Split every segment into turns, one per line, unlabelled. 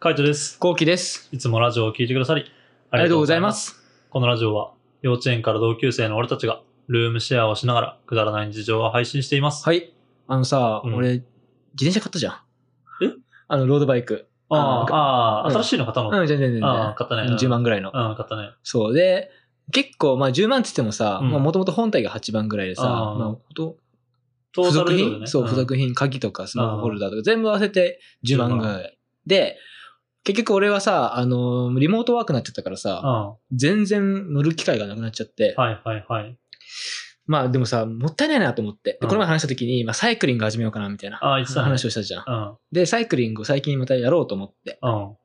カイトです。
こうきです。
いつもラジオを聞いてくださり、
ありがとうございま。す。
このラジオは、幼稚園から同級生の俺たちが、ルームシェアをしながら、くだらない日常を配信しています。
はい。あのさ、
うん
俺、自転車買ったじゃん。
え
あの、ロードバイク。
あ
あ
あ、ああ、
うん
新しいの方の。
うん、全然全然。
ああ買ったね
うん10万ぐらいの。
うん、買ったね。
そう。で、結構、まあ10万って言ってもさ、
うん
まあもともと本体が8万ぐらいでさ、
あー
まあ、ほんと
トー
付
タル
属
でね
品、そう、付属品、鍵とかスマホホルダーとか全部合わせて10万ぐらい。で、結局俺はさ、あのーリモートワークになっちゃったか
う
ら
ん。う
さ、
ん。は
全然乗る機会がなくなっちゃって、
いはいはい。
まあでもさ、もったいないなと思って。
う
で
ん
この前話した時に、まあサイクリング始めようかなみたいな
ああ、言ってたね。
話をしたじゃん。
うん。
で、サイクリングを最近またやろうと思って。
うん。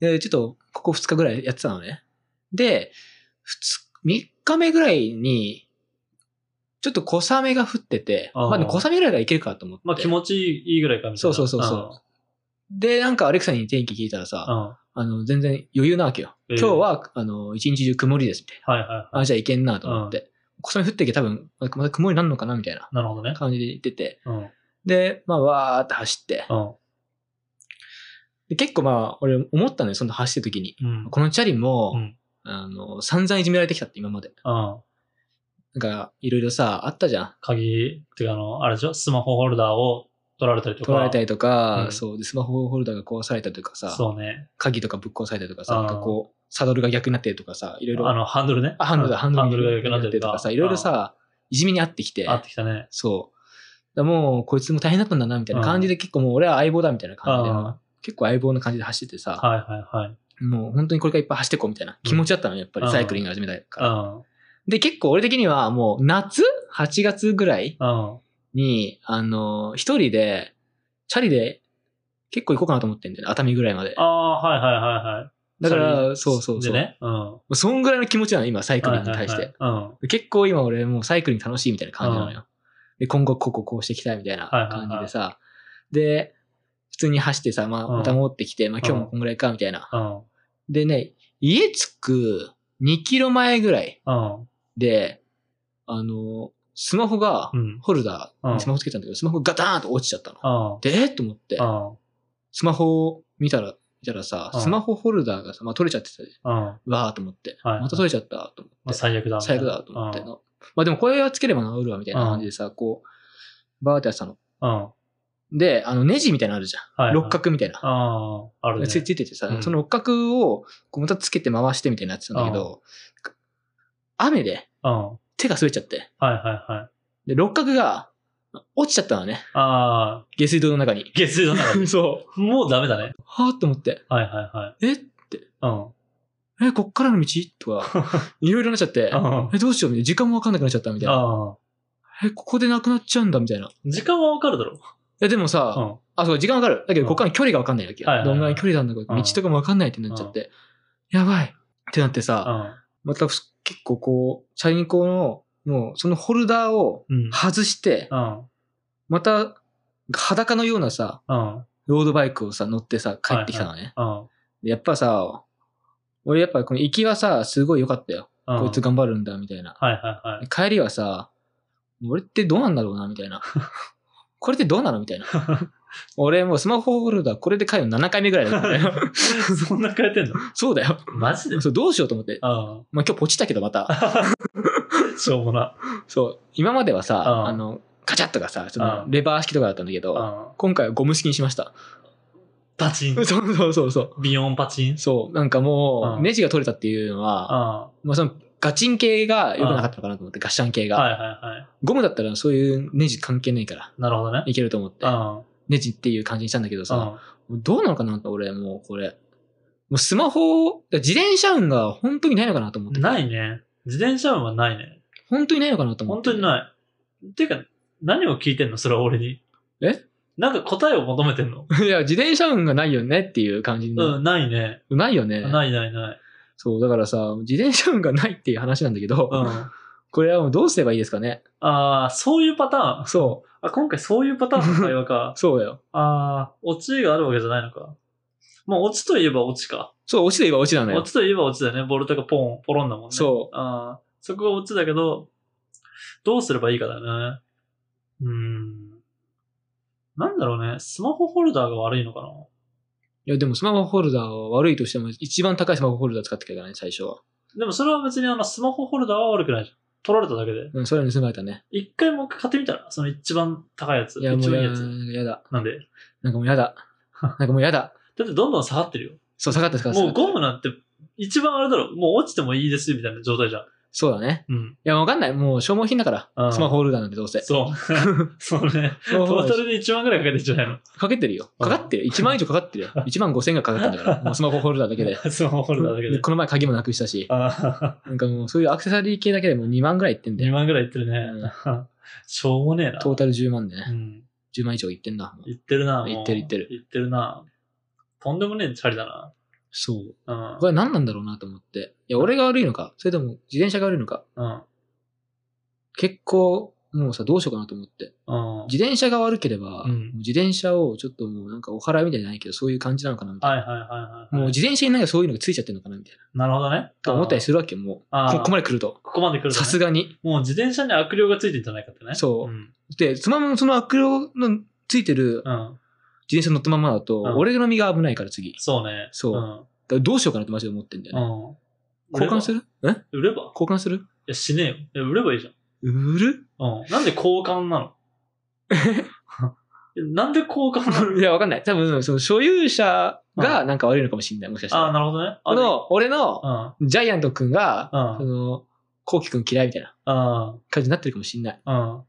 で、ちょっと、ここ2日ぐらいやってたのね。で、2日、3日目ぐらいに、ちょっと小雨が降ってて、
あー
まあでも小雨ぐらいがいけるかと思って。
まあ気持ちいいぐらいかみたいな。
そうそうそうそうで、なんかアレクサに天気聞いたら
うん。
さ、
うん。は
あの、全然余裕なわけよ。
ええ
今日は、あの、一日中曇りです、みたい
いは。
な。あ、じゃあいけんなと思って。小雨降ってきて多分、また曇りになるのかなみたいない
なるほどね。
感じで言ってて。
うん。うん。
で、まあ、わーって走って。で結構まあ、俺思ったのよ、その走ってる時に。
うん。
このチャリも、
うん
あの、散々いじめられてきたって今まで。
うん。
なんか、いろいろさ、あったじゃん。
鍵、ってかあの、あれでしょスマホホルダーを取られたりとか。
取られたりとか、
うん
そうで、スマホホルダーが壊されたりとかさ、
そうね。
鍵とかぶっ壊されたりとかさ、
あー
なんかこう、サドルが逆になってるとかさ、いろいろ、
あの、ハンドルね。
あハンドルだ、ハンドル
が良くなってる
とかさ、いろいろさ、いじめにあってきて
あ、ってきたね。
そう。だからもう、こいつも大変だったんだな、みたいな感じで、結構もう俺は相棒だ、みたいな感じで、
あ
結構相棒な感じで走ってて
あ、
さ、
はいはいはい。
もう本当にこれからいっぱい走ってこう、みたいな気持ちだったのよ、やっぱ
う
り
ん
サイクリング始めたから。
うん。
で、結構俺的にはもう夏 ?8 月ぐらい
うん。
に、あの、一人で、チャリで結構行こうかなと思ってんだよね。熱海ぐらいまで
あ。あ、はいはいはいはい。
だか
チャ
ら、
リ
そうそうそ
で
う。
ね。うん。は
そんぐらいの気持ちなの、今、サイ
い
ク
は
リ
い
ングに対して。
はいうん。
結構今俺もうサイクリング楽しいみたいな感じなのよ。で、今後こここうしていきたいみたいな
はいはいはい
感じでさ。で、普通に走ってさ、まあ、
うん
また戻ってきて、まあ今日もこんぐらいか、みたいな。
うん。
でね、家着く2キロ前ぐらい
うん。
で、あの、スマホが、
うん。
ホルダー
うん
にスマホつけたんだけど、スマホがガターンと落ちちゃったの。
うん。
で、えーと思って
う、ん。
スマホを見たら、見たらさ
うん、
スマホホルダーがさ、まあ取れちゃってたで、
うん。
わーと思って、
はい
また取れちゃったと思
まあ
って、
最悪だ。
最悪だと思って
うん。
の。まあでもこれはつければ治るわ、みたいな感じでさ、こう、バーってやってたの。
うん。は
で、あの、ネジみたいなのあるじゃ
いはい。
ん。六。角みたいな。
うん。あるね。
ついついててさ、
うん
その六角をこうまたつけて回してみたいになってたんだけど、雨で
うん。はい
手が滑っちゃって、
はいはい。
で、六角が落ちちゃったのね。
ああ、
下水道の中に。
下水だな。
そう。
もうダメだね。
はぁと思って、
はいはいはい。う
え、
ん。
え、こっからの道と か、いろいろなっちゃって、
うん
え、どうしようみたいな、時間もわかんなくなっちゃったみたいな。
あ
え、ここでなくなっちゃうんだみたいな。い
あ。時間はわかるだろ。
や、でもさ、
うん。
あ、そう、時間わかる。だけ
うん
ど、こっからの距離がわかんないわけよ。
はいはいはい
どんぐらいの距離なんだか、
うん
道とかもわかんないってなっちゃって、やばいってなって
う
さ、
ん。
また結構こう、チャリンコの、もう、そのホルダーを
うん。
外して、
うん。
また、裸のようなさ、
うん。
ロードバイクをさ、乗ってさ、帰ってきたのね。
うん。
でやっぱさ、俺やっぱこの行きはさ、すごい良かったよ。
うん
こいつ頑張るんだ、みたいな。
はいはいはい。
帰りはさ、俺ってどうなんだろうな、みたいな。これってどうなのみたいな。俺もうスマホホルダー、これで帰るの7回目ぐらいだっ たね。
そんな変えてんの
そうだよ。
マジで
そう、どうしようと思って。
あ
まあ、今日ポチったけど、また。
あ。しょうもな。
そう、今まではさ、
うん
あの、カチャッとかさ、そうの
ん
レバー式とかだったんだけ
う
ど、
ん。
今回はゴム式にしました。
パチン
そう。そうそうそう。
ビヨンパチン。
そう、なんかも
う
う、
ん
ネジが取れたっていうのは、
あ
まあその、ガチン系が良くなかったのかなと思って、ガッシャン系
あ。はい
が。
はいは
ゴムだったらそういうネジ関係ないから、
い。なるほどね。
いけると思って
う。ん。
ネジっていう感じにしたんだけど
う
さ、
ん。
どうなのかなと俺もうこれ。もうスマホ、自転車運が本当にないのかなと思って。
ないね。自転車運はないね。
本当にないのかなと思
本
って。
当にない。ていうか、何を聞いてんのそれは俺に。
え
なんか答えを求めてんの
い。いや、自転車運がないよねっていう感じに、
うん、ないね。
ないよね。
ないないない。
そう、だからさ、自転車運がないっていう話なんだけど、
うん。
これはもうどうすればいいですかね。
ああ、そういうパターン。
そ
あ、今回そういうパターンの会話か
う、。そうだよ。
ああ、オチがあるわけじゃないのか。まあ、オチといえばオチか。
そう、落ちて言えば落ちなの
オ
よ。
チといえばオチだよね。ボルトがポン、ポロンだもんね。。
そう
ああ、そこがオチだけど、どうすればいいかだよね。うーん。なんだろうね。スマホホルダーが悪いのかな
いや、でもスマホホルダーは悪いとしても、一番高いスマホホルダー使ってきたからね、最初は。
でもそれは別にあの、スマホホルダーは悪くないじゃん。取られただけで。
うん、それは盗まれたね。
一回もう一回買ってみたら、その一番高いやつ。
いや、も
一
う
番いい
や
やつ。
やだ。
なんで
なんかもうやだ。なんかもうやだ。
だってどんどん下がってるよ。
そう、下がった下がった。
もうゴムなんて、一番あれだろ、もう落ちてもいいですみたいな状態じゃん。
そうだね。
うん。
いや、わかんない。もう消耗品だか
う
ら。
ん
スマホホルダーなんてどうせ。
そう。 そうね。
ス
ト
マホホ
ー
ル
タ
ダー
ルで1万ぐらいかけてんじゃない
かけてるよ。かかってる。1万以上かか ってるよ。1万5千がかかったんだから。もうスマホホルダーだけで。
のスマホホルダーだけで
で。この前鍵もなくしたし。
あ
なんかもうそういうアクセサリー系だけでもう2万ぐらいいってん
ー
だ
2
よ。
万ぐらいいってるね。しょうもねえな。
トータル10万で
う
ね。
ん。
10万以上いってんな。もう
いってるな、もう
いってるいってる
いってるな。とんでもねえチャリだな。
そう。
うん
こ。れ何なんだろうなと思って。いや、俺が悪いのか、それとも自転車が悪いのか。
うん。
結構、もうさ、どうしようかなと思って。
うん。
自転車が悪ければ、
うん
自転車をちょっともうなんかお払いみたいじゃないけど、そういう感じなのかなみたい
はいはいはいはい。
な。もう自転車になんかそういうのがついちゃってるのかなみたいな。
なるほどね。
と思ったりするわけよもう。
あー
ここまで来ると。
ここまで来ると
さ
ね
すがに。
もう自転車に悪霊がついてんじゃないかってね。
そう
うん。
で、つまもその悪霊のついてる
うん。
自転車乗ったままだと、
うん
俺の身が危ないから次。だ
そうね。
そう
うん
からどうしようかなってマジで思ってんだよ
う
ね。
ん。
交換するえ
売ればい
交換する
や、しねえよ。いや、売ればいいじゃん。
売る
うん。なんで交換 なのえなんで交換なの
いや、わかんない。多分、その所有者がなんか悪いのかもしれない。もしかしたら
ああ、。なるほどね。あ
あ、の、俺の
でうん。
ジャイアント君が、
うん
その、コウキ君嫌いみたいな
うん。
感じになってるかもしんない。
うん。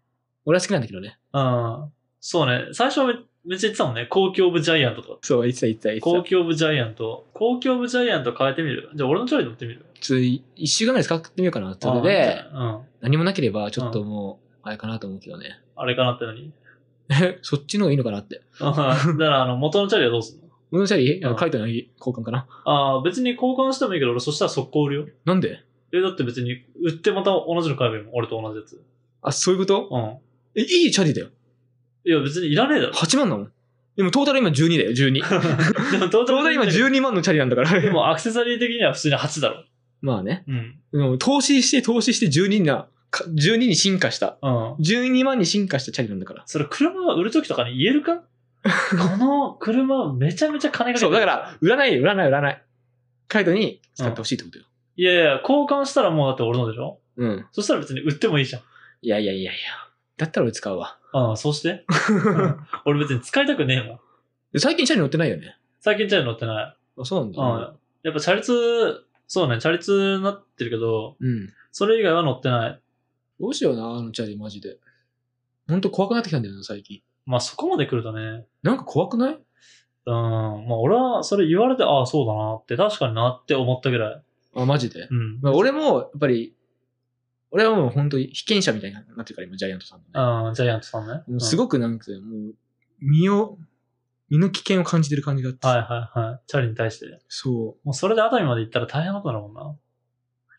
俺は好きなんだけどね。
うん。そうね。最初はめめっちゃ言ってたもんね。公共部ジャイアントとか。
そう、言ってた言ってた言
公
って
共部ジャイアント。公共部ジャイアント変えてみるじゃあ俺のチャリ乗ってみる
た。ちょっとい一週間ぐらい使ってみようかな。それで、
あーうん。
何もなければ、ちょっともう、あれかなと思うけどね。
あれかなってのに。
え、そっちの方がいいのかなって。
うんだから、あの、元のチャリはどうすんの
俺のチャリ、
うん
カイトの交換かな。
ああ、別に交換してもいいけど、俺そしたら速攻売るよ。
なんで
え、だって別に、売ってまた同じの買えばいいもん。俺と同じやつ。
あ、そういうこと
うん。
え、いいチャリだよ。
いや、別にいらねえだろ。
8万だもん。でもトータル今12だよ、12。
でも、トー
トータル今12万のチャリなんだか ら。
でも、アクセサリー的には普通に8だろ。
まあね。
うん。
でも投資して投資して12な、か12に進化した。
うん。
12万に進化したチャリなんだから。
それ、車売るときとかに言えるかこの車、めちゃめちゃ金かけて
そ
る
う、だか。ら、売らないよ、売らない、売らない。カイトに使ってほしいってことよ。
いやいや、交換したらもうだって俺のでしょ
うん。
そしたら別に売ってもいいじゃん。
いやいやいやいや。だったら俺使うわ。
ああ、そう して。うん俺別に使いたくねえもん。
最近チャリ乗ってないよね。
最近チャリ乗ってない。
あ、そうなんだ。
うん。やっぱチャリ通、そうね、チャリ通になってるけど、
うん。
それ以外は乗ってない。
どうしような、あのチャリマジで。ほんと怖くなってきたんだよな、最近。
まあそこまで来るとね、
なんか怖くない
うん、まあ俺はそれ言われて、ああ、そうだなって、確かになって思ったぐらい。
あ、マジで。
うん。
まあ、俺も、やっぱり、俺はもう本当に被験者みたいになってるから、今、ジャイアントさんのね。
うん、ジャイアントさんね。
もうす
ごい。
ごくなんか、もう、身を、身の危険を感じてる感じがあって。
はいはいはい。チャリに対して。
そう。
もうそれで熱海まで行ったら大変なことになるもんな。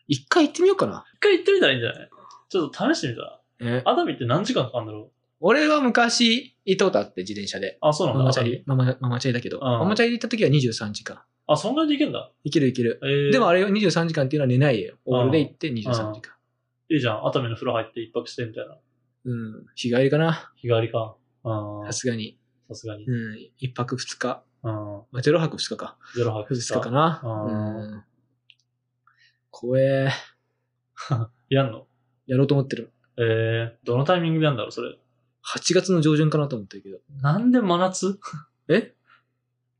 一回行ってみようかな。
一回行ってみたらいいんじゃないちょっと試してみたら。
え
熱海って何時間かかるんだろう
俺は昔、行ったことあって、自転車で。
あ、そうなんだ。
ママチャ
熱海
リ、ママママチャリだけど、
ん
ママチャリで行った時は23時間。
あ、そんなに行けんだ。
いけるいける。
えー、
でもあれよ、23時間っていうのは寝ないよ。オールで行って23時間。
いいじゃん。熱海の風呂入って一泊してみたいな。
うん。日帰りかな。
日帰りか。うん
さ。すがに。
さすがに。
うん。1泊2日。
うん。
まあ、0泊2日か。
ゼロ泊
2日か
な。
な。
うん
うん。怖え。
やんの
やろうと思ってる。
えー、どのタイミングでやんだろう、それ。
8月の上旬かなと思ってるけど。
なんで真夏
え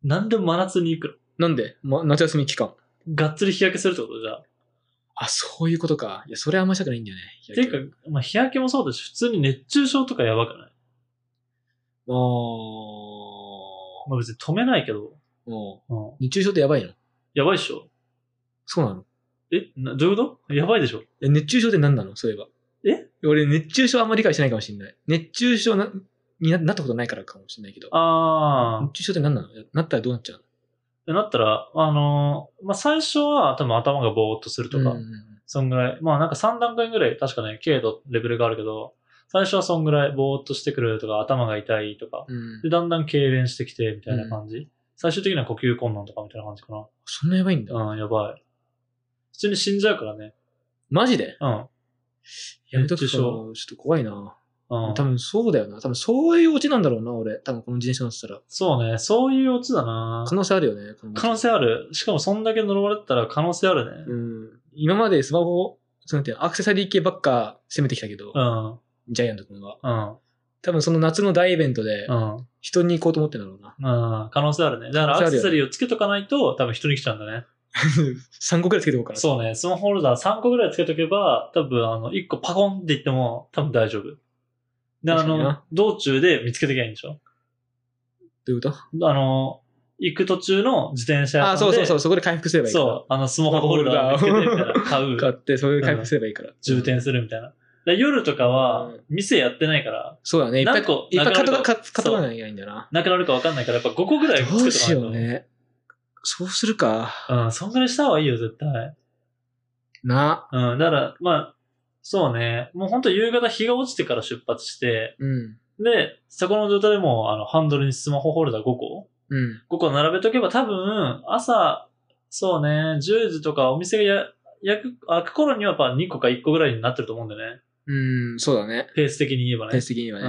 なんで真夏に行く
なんで、ま、夏休み期間。
のがっつり日焼けするってことじゃあ。
あ、そういうことか。いや、それはあんましたくないんだよね。日
て
焼
い
けは
うか、まあ、日焼けもそうだし、普通に熱中症とかやばくない
あ
まあ別に止めないけど。
ーも
うん
う、。熱中症ってやばいの
やばいっしょ
そうなの
えなどういうことやばいでしょ
え熱中症って何なのそういえば。
え
俺、熱中症あんまり理解してないかもしれない。熱中症なにななったことないからかもしれないけど。
あ
熱中症って何なのなったらどうなっちゃう
あ。なったら、あのーまあ、最初は多分頭がぼーっとするとか、
のうんうん
そんぐらい。まあなんか3段階ぐらい、確かね、軽度、レベルがあるけど、最初はそんぐらい、ぼーっとしてくるとか、頭が痛いとか、
うん。う
で、
ん
だんだん痙攣してきて、みたいな感じ。最終的には呼吸困難とかみたいな感じかな。
そんなやばいんだ。
うん、やばい。普通に死んじゃうからね。
マジで
うん。
やめとく
熱中
と、ちょっと怖いな。
うん。
多分そうだよな。多分そういうオチなんだろうな、俺。多分この自転車乗ってたら。
そうね。そういうオチだな
可能性あるよね。この
可能性ある。しかもそんだけ呪われてたら可能性あるね。
うん。今までスマホ、そのなんていうのアクセサリー系ばっか攻めてきたけど、
うん。
ジャイアント君は。
うん。
多分その夏の大イベントで
う、ん。
人に行こうと思ってんだろうな。
う ん。可能性あるね。だからア
可能性
クセ
あるよ
サリーをつけとかないと多分人に来ちゃうんだね。
3個くらいつけておこうかな。
そうね。スマホホルダー3個ぐらいつけとけば、多分あの、1個パコンって言っても多分大丈夫。で、あ
確かに
の
な、
道中で見つけてきゃいいんでしょ
どういうこと
あの、行く途中の自転車屋
あ、
さ
そ
ん
う
で。
そうそう、そこで回復すればいいから。
そう。あの、スマホホルダーを見つけてみたいな。買う。
買って、それで回復すればいいから。
充填するみたいな。で夜とかは
うん、
店やってないから、
そうだね。いっぱい、
何
いっ
個
ぱい買っと
なくな
か買
る
っ買っとかなきゃいけないんだよな。
なくなるかわかんないから、やっぱ5個ぐらい
どう
つ
し
けと
よ
かな
う
いと。
ね。そうするか。
うん、そんぐらいした方がいいよ、絶対。
な。
うん、だから、まあ、そうね。もうほんと夕方日が落ちてから出発して、
うん。
で、そこの状態でもう、あの、ハンドルにスマホホルダー5個
うん。
?5 個並べとけば多分、朝、そうね、10時とかお店がや、焼く、開く頃にはやっぱ2個か1個ぐらいになってると思うんだよね。
うん、そうだね。
ペース的に言えばね。
体質的にはね。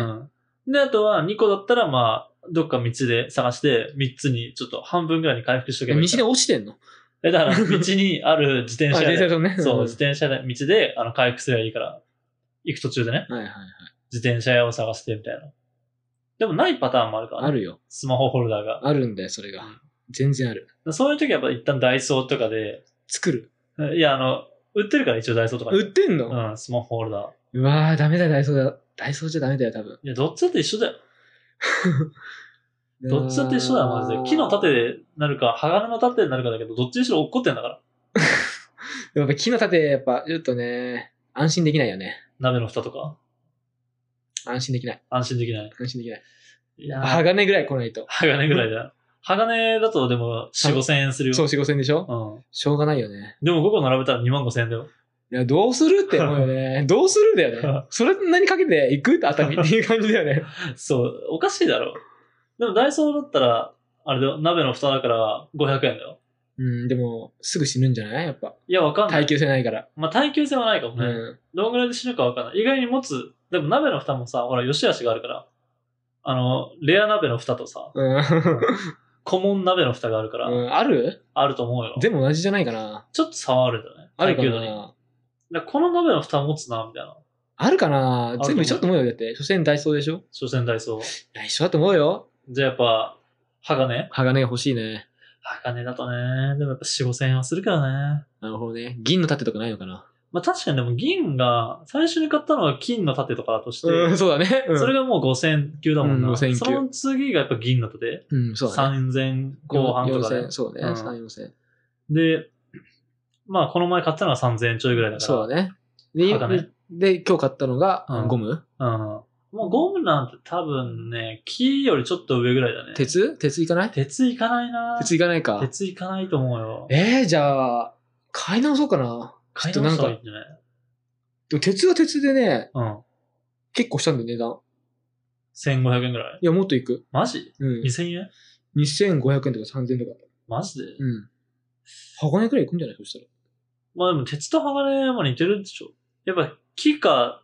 うん。で、あとは2個だったら、まあ、どっか道で探して、3つに、ちょっと半分ぐらいに回復しとけ
道
ばいい。
で落ちてんの
え、だから、道にある自転
あ、
車
電車
で、
とね。
そう、
ん
自転車で、道で、あの、回復すればいいから、行く途中でね、
はいはいはい。
自転車屋を探して、みたいな。でも、ないパターンもあるから、ね、
あるよ。
スマホホルダーが。
あるんだよ、それが。全然ある。
そういう時はやっぱ一旦ダイソーとかで、
作る。
いや、あの、売ってるから一応ダイソーとかで
売ってんの
うん、スマホホルダー。
うわー、ダメだよ、ダイソーだ。ダイソーじゃダメだよ、多分。
いや、どっちだって一緒だよ。どっちだって一緒だよ、マジで。木の
縦
盾でなるか、鋼の盾になるかだけど、どっちにしろ落っこってんだから。
やっぱ木の盾、やっぱ、ちょっとね、安心できないよね。
鍋の蓋とか。
安心できない。
安心できない。
安心できない。
いやー、
鋼ぐらい来ないと。
鋼ぐらいだよ。鋼だとでも4、5千円するよ。
そう、4、5千でしょ
うん。
しょうがないよね。
でも5個並べたら2万5千円だよ。
いや、どうするって思うよ ね。どうするだよね。それ何かけて行く熱海っていう感じだ よね。
そう、おかしいだろ。でもダイソーだったら、あれだよ、鍋の蓋だから500円だよ。
うん、でも、すぐ死ぬんじゃないやっぱ。
いや、わかんない。
耐久性ないから。
まあ、耐久性はないかも
う
ね。
ん。
どんぐらいで死ぬかわかんない。意外に持つ、でも鍋の蓋もさ、ほら、良し悪しがあるから。あの、レア鍋の蓋とさ、
うん
古文鍋の蓋があるから、
うん、ある
あると思うよ。
全部同じじゃないかな。
ちょっと差はあるんだね。
あるか
耐久度にだか
な。
らこの鍋の蓋持つな、みたいな。
あるかな
思う
全部一緒だと思うよ。だって、所詮ダイソーでしょ
所詮ダイソー。
いや、一緒だと思うよ。
じゃあやっぱ、鋼
鋼が欲しいね。
鋼だとね、でもやっぱ4、5千円はするからね。
なるほどね。銀の盾とかないのかな
まあ確かにでも銀が、最初に買ったのが金の盾とかだとして、
うん、そうだね。うん
それがもう5千級だもんな。
うん5000級
その次がやっぱ銀の盾。
うん、そうだね。
3千後半とか
4
で
0。そうね。
うん
3、4000。
で、まあこの前買ったのは3000円ちょいぐらいだから。
そうだね。で、
鋼
で今日買ったのが
うん
ゴム
うん。もうゴムなんて多分ね、木よりちょっと上ぐらいだね。
鉄鉄いかない
鉄いかないな
鉄いかないか。
鉄いかないと思うよ。
えー、じゃあ、買い直そうかな。
買い
ちょっと
直し
なん
た方がいい
か
ん、じゃない
でも鉄は鉄でね、
うん。
結構したんだよ、値段。
1500円ぐらい
いや、もっといく。
マジ
うん。
?2000 円
2500円とか3000円とか。
マジで、
うん。鋼くらいいくんじゃないそしたら。
まあでも鉄と鋼も似てるでしょ。やっぱ木か、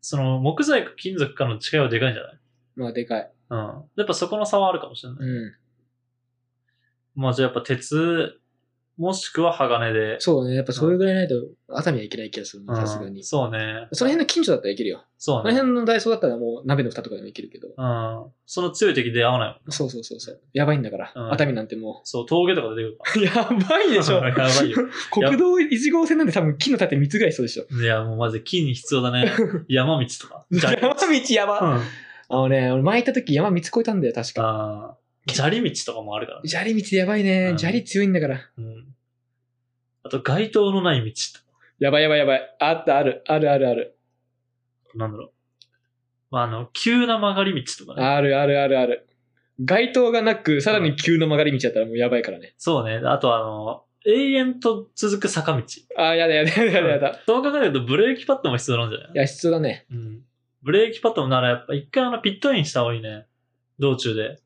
その木材か金属かの違いはでかいんじゃない
まあ、でかい。
うん。やっぱそこの差はあるかもしれない。
うん。
まあじゃあやっぱ鉄、もしくは鋼で。
そうね。やっぱそれぐらいないと、熱海はいけない気がする
う
ね
ん
さすがに。
そうね。
その辺の近所だったらいけるよ。
そう
その
ね。
辺のダイソーだったらもう鍋の蓋とかでもいけるけど。
うん。その強い敵で合わないもん。
そうそうそうそう。やばいんだから。
うん
熱海なんても
そう、峠とか出てくるか
う。 やばい
やばいよ。
国道1号線なんて多分木の盾3つぐらいそうでしょ。
ら。いや、もうマジで木に必要だね。山道とか。砂利
山
道。
道やば。
うん。
あのね、俺前行った時山3つ越えたんだよ、確か。
あー砂利道とかもあるからね。
砂利道やばいね
う。ん
砂利強いんだから。
うん。あと、街灯のない道とか
やばいやばいやばい。あった、ある、あるあるある。
なんだろう。まあ、あの、急な曲がり道とかね。
あるあるあるある。街灯がなく、さらに急な曲がり道だったらもうやばいからね。
そうね。あと、あの、永遠と続く坂道。
あーやだやだやだやだやだ。
そう考えると、ブレーキパッドも必要なんじゃない
いや、必要だね。
うん。ブレーキパッドもなら、やっぱ一回あの、ピットインした方がいいね。道中で。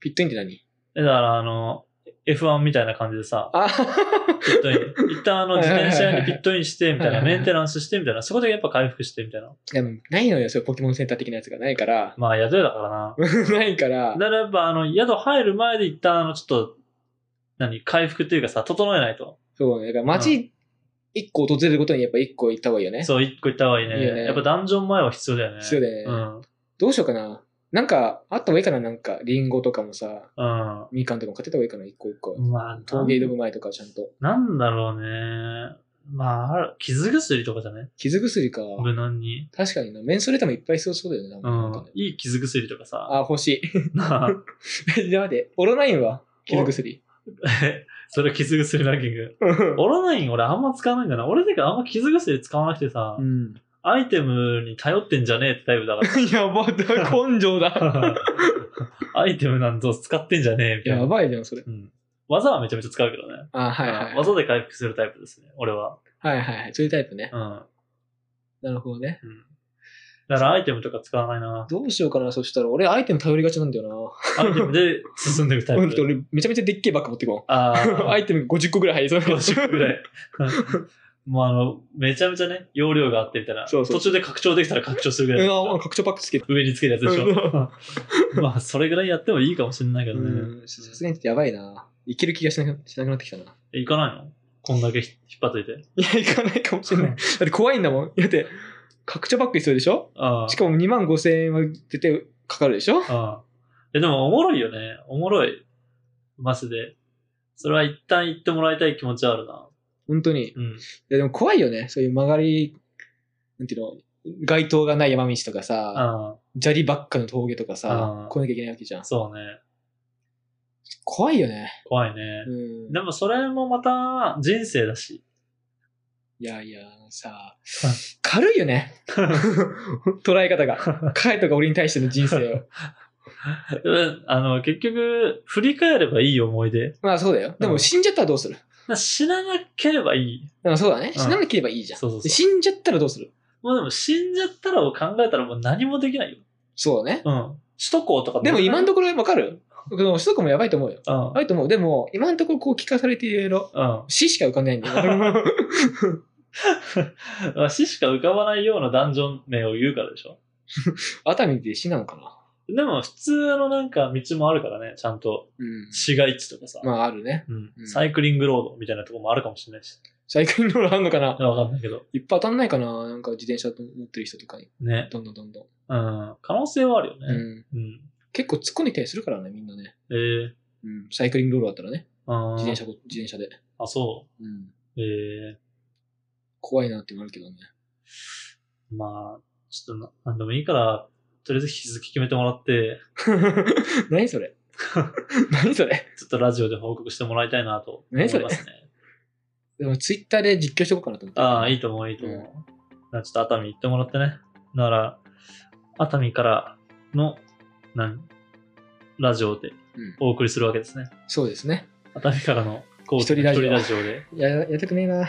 ピットインって何
えだから、あの、 F1 みたいな感じでさ、
あ
ピット イン。一旦あの
はい
自
はいはいはい
転車にピットインして、みたい
はい
な、
はいはい
メンテナンスして、みたいな、そこでやっぱ回復して、みたいな。
でも、ないのよ、そういうポケモンセンター的なやつがないから。
まあ宿屋だからな。
ないから。
だからやっぱあの、宿入る前で一旦あの、ちょっと、何、回復っていうかさ、整えないと。
そうね。だから街、一個訪れることにやっぱ一個行った方がいいよね。
そう、一個行った方がいいね。
いいよね
やっぱダンジョン前は必要だよね。
必要だよね
うん。
どうしようかな。なんか、あった方がいいかななんか、リンゴとかもさ、
うん。
みかんとかも買ってた方がいいかな一個一個。
まあ、
陶芸道具前とかちゃんと。
なんだろうね。まあある、傷薬とかじゃね
傷薬か。
無難に。
確かにな。メンソレータもいっぱい必要そうだよね。なん
う
か
ん
なんかね。
いい傷薬とかさ。
あ、欲しい。
なあ
じゃあ待って、オロナインは傷薬。
えそれ傷薬ランキング。
う
オロナイン俺あんま使わないんだな。俺てかあんま傷薬使わなくてさ、
ん。
アイテムに頼ってんじゃねえってタイプだか
やば、根性だ。
ら。アイテムなんぞ使ってんじゃねえみたい
や
な。
ばいじゃん、それ。
うん、技はめちゃめちゃ使うけどね。
あ、はいはい。はい
技で回復するタイプですね、俺は。
はいはい。そういうタイプね。
うん。
なるほどね。
うん。だからアイテムとか使わないな。
どうしようかな、そしたら。俺、アイテム頼りがちなんだよ
アイテムで進んでいくタ
な。
イ
ほんと、
プ。
俺、めちゃめちゃでっけえバッグ持ってこ
あ
う。ア
あ、
イテム50個ぐらい入りそう
50ぐらい。 もうあの、めちゃめちゃね、容量があってみたいな。
そうそう
途中で拡張できたら拡張するぐらいだ
うん、
か
拡張パックつけて。
ら。上につけるやつでしょ。 まあ、それぐらいやってもいいかもしれないけどね。
うん、さすがにちょっとやばいな。いける気がしなくしなくなってきたな。
え行かないのこんだけひ引っ張っといて。
いや、いかないかもしれ ない。だって怖いんだもん。だって、拡張パック必要でしょ
ああ
しかも2万5千円は絶対かかるでしょ
ああ。え、でもおもろいよね。おもろい。マジで。それは一旦行ってもらいたい気持ちはあるな。
本当に。い
うん。
や、でも怖いよね。そういう曲がり、なんていうの、街灯がない山道とかさ、
あ
砂利ばっかの峠とかさ
う、ん
来なきゃいけないわけじゃん
あ、。そうね。
怖いよね。
怖いね。
うん。
でもそれもまた人生だ し。
いやいや、さ、軽い よね。捉え方が。カイトが俺に対しての人生を。
うんあの、結局、振り返ればいい思い出。
まあそうだよ。で
う
も
ん
死んじゃったらどうする
死ななければいい。
でもそうだね。
うん
死ななければいいじゃん。
そうそうそう
で死んじゃったらどうする
もうでも死んじゃったらを考えたらもう何もできないよ。
そうだね。
うん。首都高とか
でも今の
と
ところわかるこの首都高もやばいと思うよ。
こ
やばいと思う。でも、今のところこう聞かされていろいろ、
うん。
死しか浮かんでないんだよ。
うん。死しか浮かばないようなダンジョン名を言うからでしょ。
熱海で死なのかな
でも普通のなんか道もあるからね、ちゃんと。
うん。
市街地とかさ。
まああるね。
うん
うん
サイクリングロードみたいなとこもあるかもしれないし。
サイクリングロールあんのかない
やわかんないけど。
いっぱい当たんないかななんか自転車持ってる人とかに。
ね。
どんどんどんどん。
うん。可能性はあるよ
う
ね。
ん。
うん。
結構突っ込んできたりするからね、みんなね。
ええ
うん。サイクリングロールだったらね。
あー
自転車ご、自転車で。
あ、そ
うん。
う。ええ
怖いなってなるけどね。
まあ、ちょっとな、なんでもいいから、とりあえず日付決めてもらって、
何それ何それ
ちょっとラジオで報告してもらいたいなと思
ね
い
それ
ますね。
でもツイッターで実況しとこうかなと思って。
ああ、いいと思う、いいと思う。なちょっと熱海行ってもらってね。なら、熱海からの、何ラジオで
うん
お送りするわけですね。
そうですね。
熱海からの、こう、
一人ラジオ
一ラジオで。
や、やりたくねえな。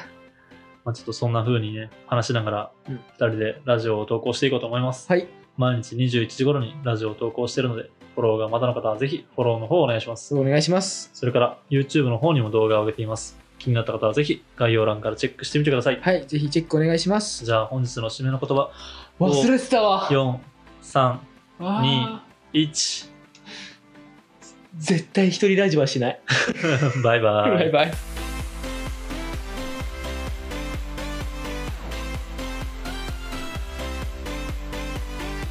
まあ、ちょっとそんな風にね、話しながら、
うん
二人でラジオを投稿していこうと思います。
はい。
毎日21時頃にラジオを投稿しているので、フォローがまだの方はぜひフォローの方をお願いします。
そうお願いします。
それから YouTube の方にも動画を上げています。気になった方はぜひ概要欄からチェックしてみてください。
はい。ぜひチェックお願いします。
じゃあ本日の締めの言葉、
忘れてたわ。
4、3、
あ
1、
ー絶対一人ラジオはしない。
バイバイ。
バイバイ。